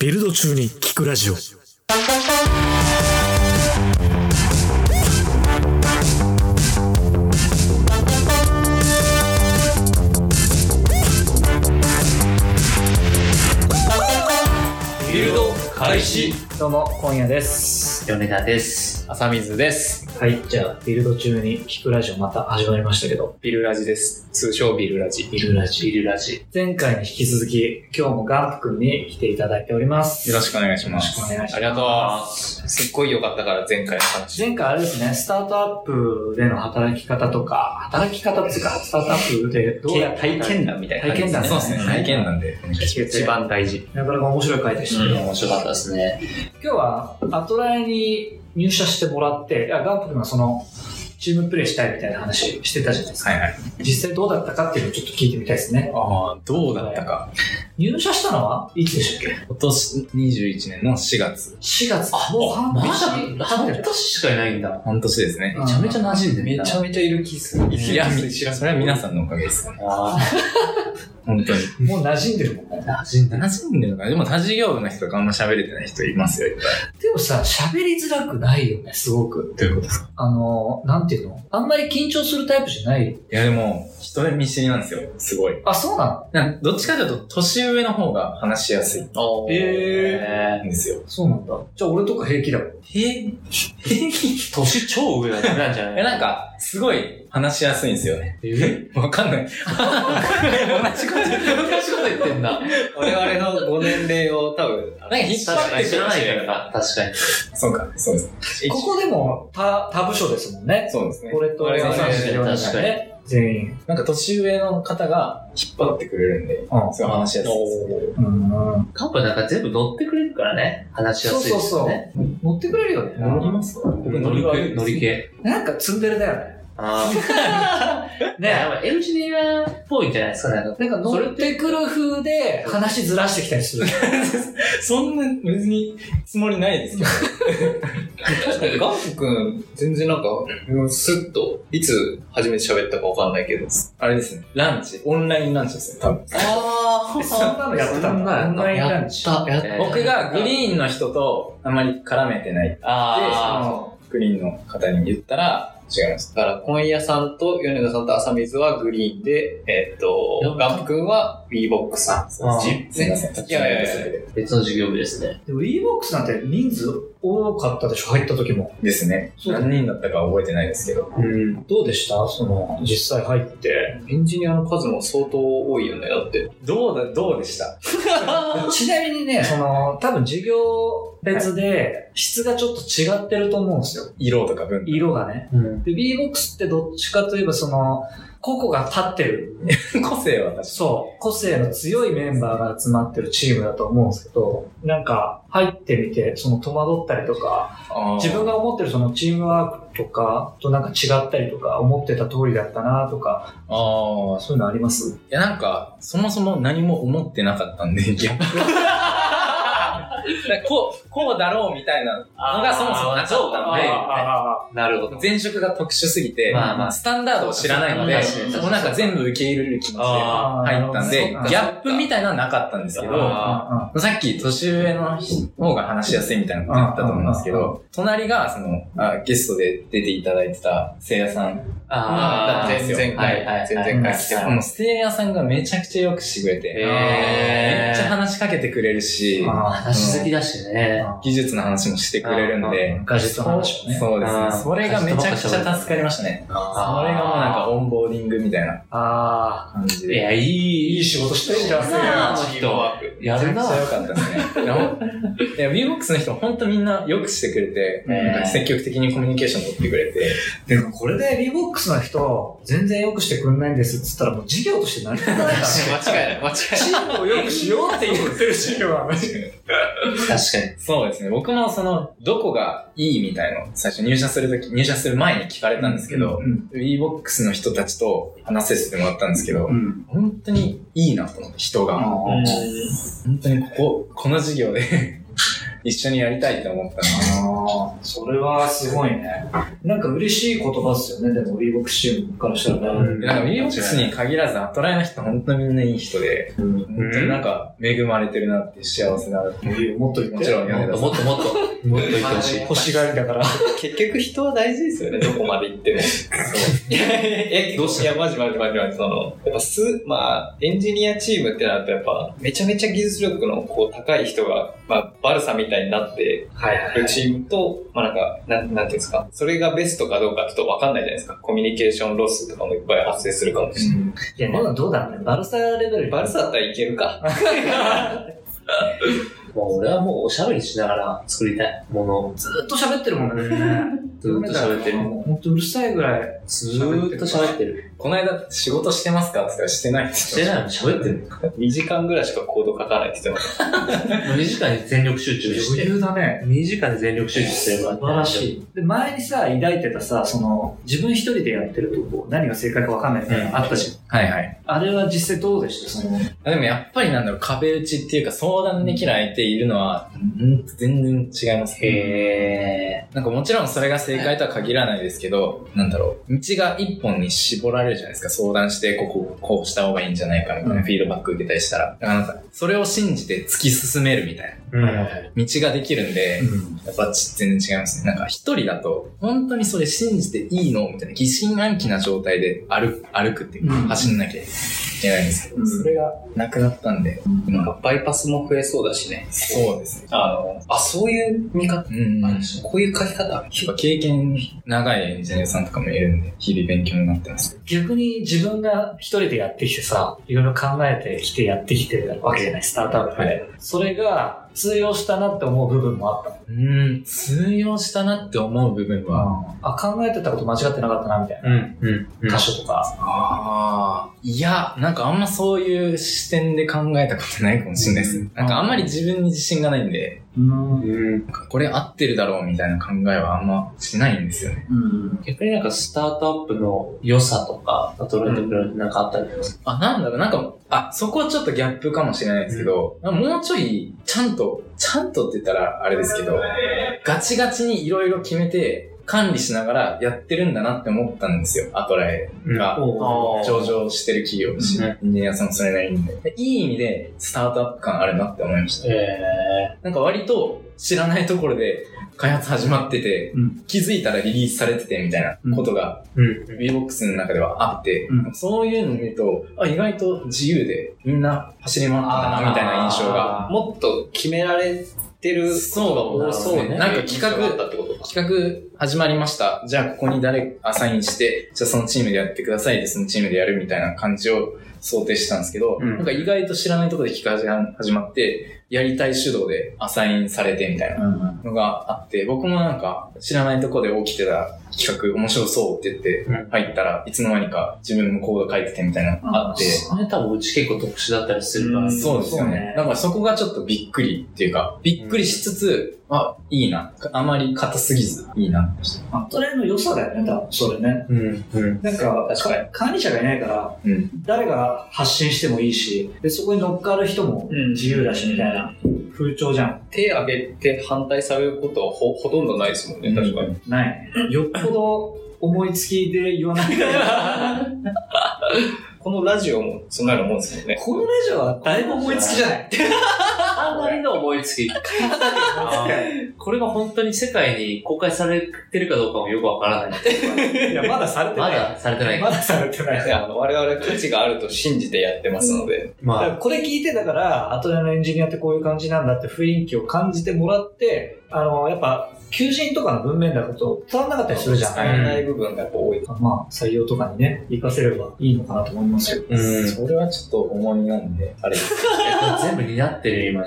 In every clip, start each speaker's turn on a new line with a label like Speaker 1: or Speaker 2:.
Speaker 1: ビルド中に聞くラジオ。
Speaker 2: ビルド開始
Speaker 3: どうも、今夜です。
Speaker 2: 米田です浅水です
Speaker 3: はい、じゃあ、ビルド中に聞くラジオまた始まりましたけど、
Speaker 2: ビルラジです通称ビルラジ
Speaker 3: ビルラジ。
Speaker 2: ビルラジ
Speaker 3: 前回に引き続き、今日もガンプ君に来ていただいております。
Speaker 4: よろしくお願いし
Speaker 3: よろ
Speaker 4: ま
Speaker 3: しく
Speaker 4: す。
Speaker 3: お願いします。
Speaker 2: ありがとうすっごい良かったから前回の話
Speaker 3: 前回あれですね、スタートアップでの働き方とか、働き方っていうか、スタートアップでどうやって
Speaker 2: 体験談みたいな感じ
Speaker 3: 体験談
Speaker 4: そうですね。体験なんで、お願いします。
Speaker 2: 一番大事
Speaker 3: なかなか面白い回でしたけど、
Speaker 2: 面白かったですね
Speaker 3: 今日はアトライに入社してもらって、いやガンプ君がその、チームプレイしたいみたいな話してたじゃないですか。
Speaker 4: はいはい。
Speaker 3: 実際どうだったかっていうのをちょっと聞いてみたいですね。
Speaker 4: ああ、どうだったか。
Speaker 3: 入社したのはいつでしたっけ
Speaker 4: 今年21年の4月。
Speaker 3: ?4 月。もう半
Speaker 2: ま
Speaker 3: 年
Speaker 2: だ
Speaker 3: 経
Speaker 2: 半
Speaker 3: ってる。
Speaker 2: 年しかいないんだ
Speaker 4: 半年ですね。
Speaker 2: めちゃめちゃ馴染んでん
Speaker 4: め
Speaker 2: だ
Speaker 4: ちゃめちゃいる気する。いや、みそれは皆さんのおかげです。
Speaker 2: あー
Speaker 4: 本当に。
Speaker 3: もう馴染んでるもんね。
Speaker 2: 馴染んだ
Speaker 4: 馴染んでるのかなでも、他事業部の人とかあんま喋れてない人いますよ、いっぱい。
Speaker 3: でもさ、喋りづらくないよね、すごく。
Speaker 4: どういうことですか
Speaker 3: あの、なんていうのあんまり緊張するタイプじゃない。
Speaker 4: いや、でも、人見知りなんですよ。すごい。
Speaker 3: あ、そうなの
Speaker 4: なんかどっちかというと、年上の方が話しやすい
Speaker 2: おー
Speaker 3: え
Speaker 4: んですよ。
Speaker 3: そうなんだ。じゃあ俺とか平気だもん。
Speaker 4: へえ、平気
Speaker 2: 年超上だねなんじゃない
Speaker 4: え、なんか、すごい話しやすいんですよね。
Speaker 2: え
Speaker 4: わかんない。同じこと言ってる
Speaker 2: 同じこと言ってんだ
Speaker 4: 我々のご年齢を多分。なんか引っ張ってくる
Speaker 2: 知らないからな確かに
Speaker 4: そうか、そうです。
Speaker 3: ここでも他、他部署ですもんね。
Speaker 4: そうですね。
Speaker 3: 俺と
Speaker 4: 我々
Speaker 3: さん
Speaker 2: ね
Speaker 3: 4人がね。全員。
Speaker 4: なんか年上の方が引っ張ってくれるんで、
Speaker 3: うん
Speaker 4: すごい話しやすいで
Speaker 3: う
Speaker 4: す。
Speaker 3: ん。
Speaker 2: カップなんか全部乗ってくれるからね。話しやすいですよね。
Speaker 3: 乗ってくれるよね。
Speaker 4: 乗りますか僕
Speaker 2: 乗り
Speaker 4: は
Speaker 2: 系、乗り系。
Speaker 3: なんかツンデレだよね。
Speaker 2: ああ。ね
Speaker 3: ね。
Speaker 2: やっぱ L 字ネアっぽいんじゃないですか、なんか。
Speaker 3: なんか乗ってくる風で話ずらしてきたりする。
Speaker 4: そんな別につもりないですけど。
Speaker 5: 確かに、ガンプ君、全然なんか、スッと、いつ初めて喋ったかわかんないけど、
Speaker 4: あれですね、ランチ、オンラインランチですね、多分。
Speaker 2: あ
Speaker 3: そんなのやってたんだ。オンラインランチ。
Speaker 5: た、やっ
Speaker 2: えー
Speaker 4: 僕がグリーンの人とあんまり絡めてないって、
Speaker 2: あ
Speaker 4: そのグリーンの方に言ったら、違いました。
Speaker 5: だから、今夜さんと米田さんと浅水はグリーンで、えっと、ガンプ君は B ボックス。
Speaker 2: あ
Speaker 4: すいません。
Speaker 5: いやいやいや
Speaker 2: あ。別の授業部ですね。
Speaker 3: でも EBOX なんて人数多かったでしょ、入った時も。
Speaker 4: ですね。
Speaker 3: そうだね
Speaker 4: 何人だったかは覚えてないですけど。
Speaker 2: うん。
Speaker 3: どうでしたその、実際入って。
Speaker 5: エンジニアの数も相当多いよね、だって。
Speaker 4: どうだ、どうでした
Speaker 3: ちなみにね、その、多分授業別で質がちょっと違ってると思うんですよ。
Speaker 4: 色とか文化。
Speaker 3: 色がね。
Speaker 2: うん。
Speaker 3: で、BBOX ってどっちかといえばその、個々が立ってる。
Speaker 4: 個性は確かに。
Speaker 3: そう。個性の強いメンバーが集まってるチームだと思うんですけど、なんか入ってみて、その戸惑ったりとか、自分が思ってるそのチームワークとかとなんか違ったりとか思ってた通りだったなとか
Speaker 4: ああ、
Speaker 3: そういうのあります
Speaker 4: いやなんか、そもそも何も思ってなかったんで、 逆になんかこう、こうだろうみたいなのがそもそもなかったので、
Speaker 3: あ
Speaker 2: なるほど。
Speaker 4: 前職が特殊すぎて、
Speaker 2: まあまあ
Speaker 4: スタンダードを知らないので、
Speaker 2: 確かに確かに
Speaker 4: もうなんか全部受け入れる気持ちで入
Speaker 2: あ
Speaker 4: ったんで、ギ
Speaker 3: あー
Speaker 4: ャップみたいなのはなかったんですけど、
Speaker 2: あ
Speaker 3: あ
Speaker 4: さっき年上の方が話しやすいみたいなこと言ったと思うんですけ
Speaker 3: うん
Speaker 4: ど、隣がそのあゲストで出ていただいてたせいやさん
Speaker 2: ああ。
Speaker 4: だ
Speaker 5: 前
Speaker 4: って
Speaker 5: 々
Speaker 2: はいはいは
Speaker 5: 回
Speaker 2: い、
Speaker 5: 前々回来てもら
Speaker 4: もうステーヤさんがめちゃくちゃよくしてくれて、
Speaker 2: えー
Speaker 4: めっちゃ話しかけてくれるし、
Speaker 3: あ
Speaker 2: 話好きだしね。
Speaker 3: あ
Speaker 4: 技術の話もしてくれるんで、
Speaker 3: ガジェットの話もね
Speaker 4: そうです
Speaker 2: あ
Speaker 4: ね。
Speaker 2: ー
Speaker 4: それがめちゃくちゃ助かりましたね。そ
Speaker 2: あ
Speaker 4: れがもうなんかオンボーディングみたいな
Speaker 3: あ
Speaker 4: 感じ
Speaker 2: い
Speaker 4: で。
Speaker 2: や、いい。
Speaker 3: いい仕事してるじゃん
Speaker 2: いいなあ、あの
Speaker 5: チーム
Speaker 2: 人。
Speaker 5: ワーク。
Speaker 2: や
Speaker 4: めち
Speaker 2: る
Speaker 4: ゃく
Speaker 2: な
Speaker 4: ちゃ良かったですね。でもいや、VBOX の人ほんとみんなよくしてくれて、
Speaker 2: えー
Speaker 4: なんか積極的にコミュニケーション取ってくれて、
Speaker 3: あでもこれでリボックスの人全然良くしてくんないんですっつったらもう事業として成り立た ないからね
Speaker 5: 間違いない、間違
Speaker 3: チームを良くしようって言ってるチームは
Speaker 2: 確かに。
Speaker 4: そうですね。僕もその、どこがいいみたいの、最初入社するとき、入社する前に聞かれたんですけど、
Speaker 3: うん、
Speaker 4: WeBox の人たちと話せてもらったんですけど、
Speaker 3: うん
Speaker 4: 本当にいいなと思って、人が。
Speaker 3: あ
Speaker 4: 本当にここ、この授業で、 一緒にやりたいって思ったの
Speaker 3: あ
Speaker 4: は、
Speaker 3: あ、それはすごいね。なんか嬉しい言葉ですよね、でも、リーボックスチームからしたらね。
Speaker 5: うん
Speaker 4: なんか、ミーボックスに限らず、アトライの人、本当にみんないい人で、
Speaker 3: うん。
Speaker 4: 本当になんか、恵まれてるなって幸せな、
Speaker 3: もっと言って。
Speaker 4: もちろん
Speaker 5: もっともっともっと、もっと言ってほしい。
Speaker 3: 欲しがりだから。
Speaker 5: 結局人は大事ですよね、どこまで行っても。いやいやいや、どうしていや、マジマジマジマジ、その、やっぱす、まあ、エンジニアチームってなると、やっぱ、めちゃめちゃ技術力のこう高い人が、まあ、バルサみたいになって
Speaker 3: はいはい
Speaker 5: るチームと、まあなんか、なん、なんていうんですか、それがベストかどうかちょっとわかんないじゃないですか。コミュニケーションロスとかもいっぱい発生するかもしれない。
Speaker 3: いや、でもどうだろうね。バルサレベル。
Speaker 5: バルサだったらいけるか。
Speaker 2: もう俺はもうおしゃべりしながら作りたいものをず
Speaker 3: ずーっと喋ってるもんね。
Speaker 2: ーっと喋ってる。
Speaker 3: ほんとうるさいぐらい。
Speaker 2: ずーっと喋ってる。
Speaker 4: この間、仕事してますかって言ったら、してないって
Speaker 2: して
Speaker 4: 言って
Speaker 2: ないのに喋ってる。
Speaker 5: 2時間ぐらいしかコード書かないって言ってました
Speaker 2: 2時間に全力集中して。
Speaker 3: 裕だね。
Speaker 2: 2時間で全力集中してれば。
Speaker 3: 素晴らし
Speaker 2: い。
Speaker 3: い。で、前にさ、抱いてたさ、その、自分一人でやってるとこう、何が正解かわかんないみたいなのあったし、
Speaker 4: はいはい。
Speaker 3: あれは実際どうでしたその、
Speaker 4: あでもやっぱりなんだろう、壁打ちっていうか相談できる相手いるのは、うん、全然違いますね。
Speaker 2: へ
Speaker 4: なんかもちろんそれが正解とは限らないですけど、なんだろう、道が一本に絞られるじゃないですか。相談して、ここ、こうした方がいいんじゃないかみたいな
Speaker 3: うん
Speaker 4: フィードバック受けたりしたら。だからなんか、それを信じて突き進めるみたいな
Speaker 2: ー。うん。
Speaker 4: 道ができるんで、
Speaker 3: ん、
Speaker 4: やっぱち全然違いますね。なんか一人だと、本当にそれ信じていいのみたいな疑心暗鬼な状態で歩く、歩くっていうか、
Speaker 3: うん
Speaker 4: 走んなきゃいけないんですけど、
Speaker 3: うん
Speaker 4: それがなくなったんで、今
Speaker 5: なんかバイパスも増えそうだしね。
Speaker 4: そうですね。
Speaker 5: あの、あ、そういう見方、
Speaker 4: うん。やっ
Speaker 5: こういう書き方
Speaker 4: ぱ経験長いエンジニアさんとかもいるんで、日々勉強になってます。
Speaker 3: 逆に自分が一人でやってきてさ、いろいろ考えてきてやってきてるわけじゃない、スタートアップで。
Speaker 4: は
Speaker 3: それが通用したなって思う部分もあった。
Speaker 4: うん、通用したなって思う部分は、
Speaker 3: あ、考えてたこと間違ってなかったな、みたいな。
Speaker 2: うん。うん。
Speaker 3: 箇所とか。
Speaker 4: ああ、いや、なんかあんまそういう視点で考えたことないかもしれないです。
Speaker 2: うん
Speaker 4: なんかあんまり自分に自信がないんで、
Speaker 3: うん。
Speaker 2: うん。
Speaker 4: なんかこれ合ってるだろうみたいな考えはあんましないんですよね。
Speaker 3: うん。
Speaker 2: 逆になんかスタートアップの良さとか、アトロイドクラブなんかあったりとか。
Speaker 4: あ、なんだろう、なんか、あ、そこはちょっとギャップかもしれないですけど、もうちょい、ちゃんと、ちゃんとって言ったらあれですけど、ガチガチにいろいろ決めて、管理しながらやってるんだなって思ったんですよ、アトラエが。
Speaker 3: お
Speaker 4: 上場してる企業だし、
Speaker 2: うん
Speaker 4: エンジニアさんもそれなりにで。いい意味で、スタートアップ感あるなって思いました。
Speaker 2: え
Speaker 4: なんか割と、知らないところで開発始まってて、
Speaker 3: うん
Speaker 4: 気づいたらリリースされててみたいなことが
Speaker 2: ー。うん。
Speaker 4: VBOX の中ではあって、
Speaker 3: う
Speaker 4: そういうのを見ると、あ、意外と自由で、みんな走り回ったな、みたいな印象
Speaker 3: あ
Speaker 4: が。
Speaker 3: ー
Speaker 5: もっと決められてる
Speaker 4: そう
Speaker 5: 多そうね。
Speaker 4: なんか企画
Speaker 5: だったってことか。
Speaker 4: 企画始まりました。じゃあここに誰アサインして、じゃあそのチームでやってくださいで、そのチームでやるみたいな感じを想定してたんですけど、
Speaker 2: うん
Speaker 4: なんか意外と知らないところで企画が始まって、やりたい主導でアサインされてみたいな。
Speaker 3: うん。
Speaker 4: のがあって、僕もなんか知らないとこで起きてた企画面白そうって言って
Speaker 2: うん
Speaker 4: 入ったらいつの間にか自分もコード書いててみたいなのがあって、
Speaker 2: それ多分うち結構特殊だったりするから。
Speaker 5: うん
Speaker 4: そうですよ
Speaker 3: そう
Speaker 4: ね
Speaker 3: ね。
Speaker 4: だからそこがちょっとびっくりっていうか、びっくりしつつ、あ、いいな。あまり硬すぎず、いいなって思
Speaker 3: アトライの良さだよね、多分、それね。
Speaker 2: うん。うん。
Speaker 3: なんか、
Speaker 5: 確かに
Speaker 3: 管理者がいないから、
Speaker 4: うん
Speaker 3: 誰が発信してもいいし、で、そこに乗っかる人も
Speaker 5: うん
Speaker 3: 自由だし、みたいな風潮じゃん。
Speaker 5: 手挙げて反対されることはほほとんどないですもんね、
Speaker 4: うん
Speaker 5: 確かに。
Speaker 3: ない。よっぽど思いつきで言わないから。
Speaker 5: このラジオもそんなようなもんですもんね。
Speaker 3: このラジオはだいぶ思いつきじゃない。
Speaker 2: あんまりの思いつき。これが本当に世界に公開されてるかどうかもよくわからない。
Speaker 3: いや、まだされてな
Speaker 2: ま
Speaker 3: い。
Speaker 2: だされてない。
Speaker 3: まだされてない。
Speaker 5: ねあの我々価値があると信じてやってますので、
Speaker 3: だか
Speaker 2: ま
Speaker 3: らこれ聞いてだから、アトライのエンジニアってこういう感じなんだって雰囲気を感じてもらって、あの、やっぱ、求人とかの文面だと伝わんなかったりするじゃん。
Speaker 5: 使えない部分がやっぱ多い。
Speaker 3: まあ、採用とかにね、活かせればいいのかなと思いますよ。
Speaker 2: う
Speaker 4: うん
Speaker 2: ん。
Speaker 4: それはちょっと重みなんで、あれです。
Speaker 2: 全部担ってる今の。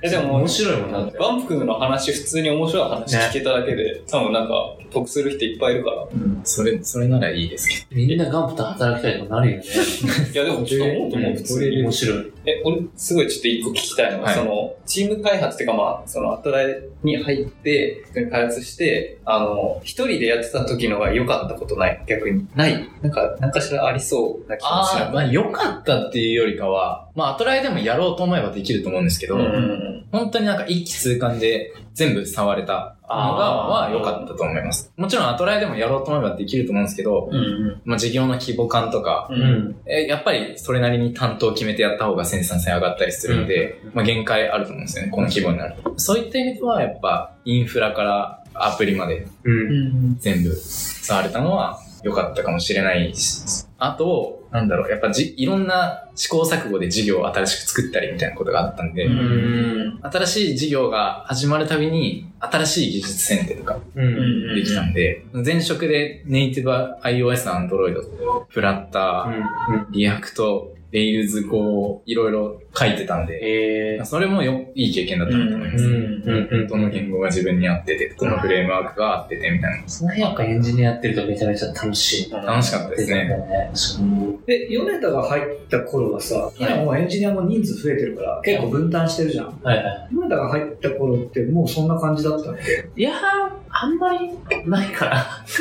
Speaker 5: えでも
Speaker 2: 面、白いもんなって。
Speaker 5: バンプ君の話、普通に面白い話聞けただけで、多分なんか、得する人いっぱいいるから。
Speaker 4: それ、それならいいですけ
Speaker 2: みんなガンプと働きたいとかなるよね。
Speaker 5: いや、でもちょっと思うと思う、普通に。
Speaker 2: 面白い。
Speaker 5: ねえ、俺、すごいちょっと一個聞きたいのは、
Speaker 4: はい
Speaker 5: その、チーム開発っていうか、まあ、その、アトライに入って、普通に開発して、あの、一人でやってた時のが良かったことない逆に。ないなんか、なんかしらありそうな気がし
Speaker 4: あ
Speaker 5: な
Speaker 4: あ、まあ良かったっていうよりかは、まあアトライでもやろうと思えばできると思うんですけど、
Speaker 5: うんうんうん
Speaker 4: 本当になんか一気通貫で全部触れたのが、
Speaker 2: あ
Speaker 4: は
Speaker 2: ー
Speaker 4: 良かったと思います。もちろんアトライでもやろうと思えばできると思うんですけど、
Speaker 5: うん
Speaker 4: まあ事業の規模感とか、
Speaker 5: う。
Speaker 2: うんん。
Speaker 4: えやっぱりそれなりに担当を決めてやった方が生産性上がったりするんで、まあ限界あると思うんですよね、この規模になると。そういった意味ではやっぱインフラからアプリまで
Speaker 2: うん。
Speaker 4: 全部触れたのは良かったかもしれないし、あと、なんだろう、やっぱじいろんな試行錯誤で事業を新しく作ったりみたいなことがあったんで、
Speaker 5: うん
Speaker 4: 新しい事業が始まるたびに新しい技術選定とか
Speaker 3: うん
Speaker 5: うんうん
Speaker 4: できたんで、前職でネイティブ iOS の Android、フラッター、リアクト、レイルズこう、いろいろ書いてたんで、
Speaker 2: え
Speaker 4: それもよいい経験だったなと思います。どの言語が自分に合ってて、どのフレームワークが合っててみたい
Speaker 2: その辺やっぱエンジニアやってるとめちゃめちゃ楽しい。
Speaker 4: な。楽しかったですね。
Speaker 2: ですね。
Speaker 3: で、ヨネタが入った頃はさ、今もうエンジニアも人数増えてるから、結構分担してるじゃん。
Speaker 2: はいは
Speaker 3: ヨネタが入った頃ってもうそんな感じだったの
Speaker 2: い。いやー、あんまりないか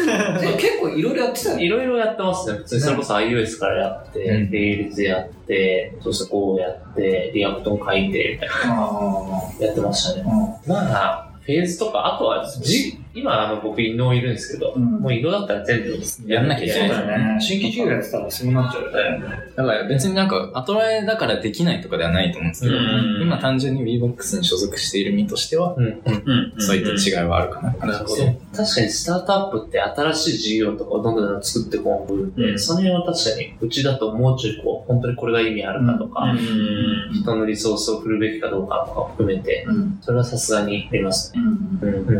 Speaker 2: な。
Speaker 3: で結構いろいろやってたよね。
Speaker 2: いろいろやってますね。普通にそれこそ iOS からやって、
Speaker 4: うん
Speaker 2: Rails やって、そして Go をやって、リアクトも書いて、みたい
Speaker 3: あ
Speaker 2: なやってましたね。
Speaker 3: あ。
Speaker 2: まあ、フェーズとか、あとは、じ、今、あの、僕、インノいるんですけど、
Speaker 3: うん
Speaker 2: もうインノだったら全部
Speaker 4: やんなきゃいけ
Speaker 3: そ
Speaker 4: な
Speaker 3: う
Speaker 4: い
Speaker 3: だよね。新規企業やってたらそうなっちゃうよね。
Speaker 4: だから別になんか、アトラエだからできないとかではないと思うんですけど、
Speaker 5: うん
Speaker 4: 今単純に WeBox に所属している身としては、
Speaker 2: うん、うん。
Speaker 5: うん
Speaker 4: そういった違いはあるかな。
Speaker 2: なるほど。確かにスタートアップって新しい事業とかをどんどんどんどん作ってこう思うんで、
Speaker 5: うん
Speaker 2: その辺は確かにうちだともうちょいこう、本当にこれが意味あるかとか、
Speaker 5: うんうん
Speaker 2: 人のリソースを振るべきかどうかとかも含めて、
Speaker 3: うん。
Speaker 2: それはさすがにありますね。
Speaker 3: うん。
Speaker 2: うん、う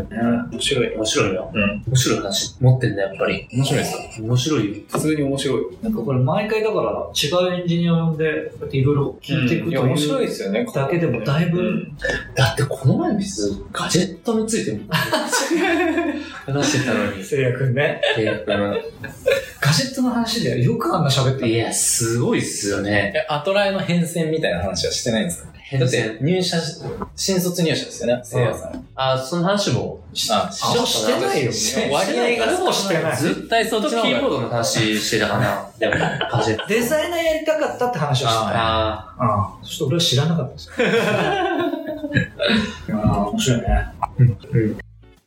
Speaker 2: ん。
Speaker 5: 面白い。
Speaker 2: 面白いよ。
Speaker 5: うん。
Speaker 2: 面白い話持ってんだ、やっぱり。
Speaker 4: 面白いですか
Speaker 2: 面白いよ。
Speaker 5: 普通に面白い。
Speaker 3: なんかこれ毎回だから違うエンジニアを呼んで、こうやっていろいろ聞いていく
Speaker 5: い
Speaker 3: と
Speaker 5: や、面白
Speaker 3: い
Speaker 5: いうですよね。
Speaker 3: だけでもだいぶ
Speaker 5: うん
Speaker 2: だってこの前別にガジェットについても話してたのに。
Speaker 3: せいやくんね。ガジェットの話でよくあんな喋って
Speaker 2: い
Speaker 3: る。
Speaker 2: や、すごいっすよね。
Speaker 4: えアトラエの変遷みたいな話はしてないんですか
Speaker 2: 変
Speaker 4: だっ
Speaker 2: 遷
Speaker 4: て。入社し、新卒入社ですよね、せいやさん。
Speaker 2: あ、その話も。
Speaker 4: あ、
Speaker 2: あ
Speaker 4: し
Speaker 2: してないよ
Speaker 4: して
Speaker 5: 割合が
Speaker 3: ほぼしてない。
Speaker 2: ずっ
Speaker 4: 絶対そ
Speaker 2: と
Speaker 4: っ
Speaker 2: キ
Speaker 4: ちの方
Speaker 2: ー
Speaker 4: が
Speaker 2: ボードの話してたかな。でも、ガジェット。
Speaker 3: デザイナーやりたかったって話をしてた。
Speaker 2: あ
Speaker 3: ああ。そして俺は知らなかったです。ああ、面 白いね。
Speaker 2: うん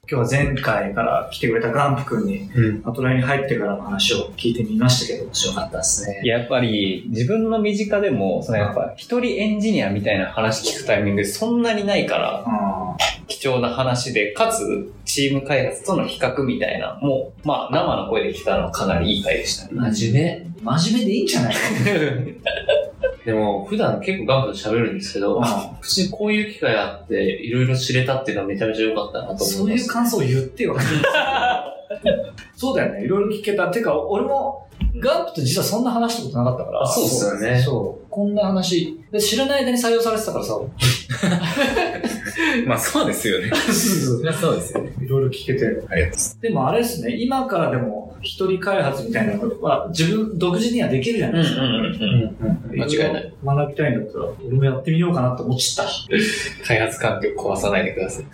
Speaker 3: 今日は前回から来てくれたガンプ君に、
Speaker 2: ーうん。
Speaker 3: アトライに入ってからの話を聞いてみましたけど、面白
Speaker 2: よ
Speaker 3: かっ
Speaker 2: かったっすね。
Speaker 5: やっぱり自分の身近でも、そのやっぱ一人エンジニアみたいな話聞くタイミングそんなにないから、
Speaker 3: た。あ
Speaker 5: 貴重な話で、かつチーム開発との比較みたいな、もう、まあ生の声で聞いたのはかなりいい回でしたね。
Speaker 2: 真面
Speaker 3: あ。真面目でいいんじゃない
Speaker 2: 目。でも、普段結構ガンプと喋るんですけど、
Speaker 3: か
Speaker 2: 普通にこういう機会があって、いろいろ知れたっていうのはめちゃめちゃ良かったなと思います。
Speaker 3: そういう感想を言ってよ。そうだよね。いろいろ聞けた。てか、俺も、ガンプと実はそんな話したことなかったから。
Speaker 2: あそうっすよね
Speaker 3: そう。こんな話。で知らない間に採用されてたからさ。
Speaker 4: まあそうですよね。そりゃそうですよね。
Speaker 3: いろいろ聞けて。
Speaker 4: ありがとうございます。
Speaker 3: でもあれですね、今からでも一人開発みたいなのは自分独自にはできるじゃないですか。
Speaker 5: ん
Speaker 2: うんうん
Speaker 5: 間違いない
Speaker 3: い。学びたいんだったら、俺もやってみようかなと思っちゃっ
Speaker 5: 開発環境壊さないでください。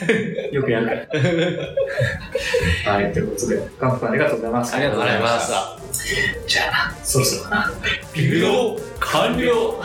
Speaker 3: た。よくやるから。はい、ということで、ガンプさんありがとうございます。
Speaker 4: ありがとうございました
Speaker 3: じゃあな、そろそろかな。
Speaker 5: ビルド完了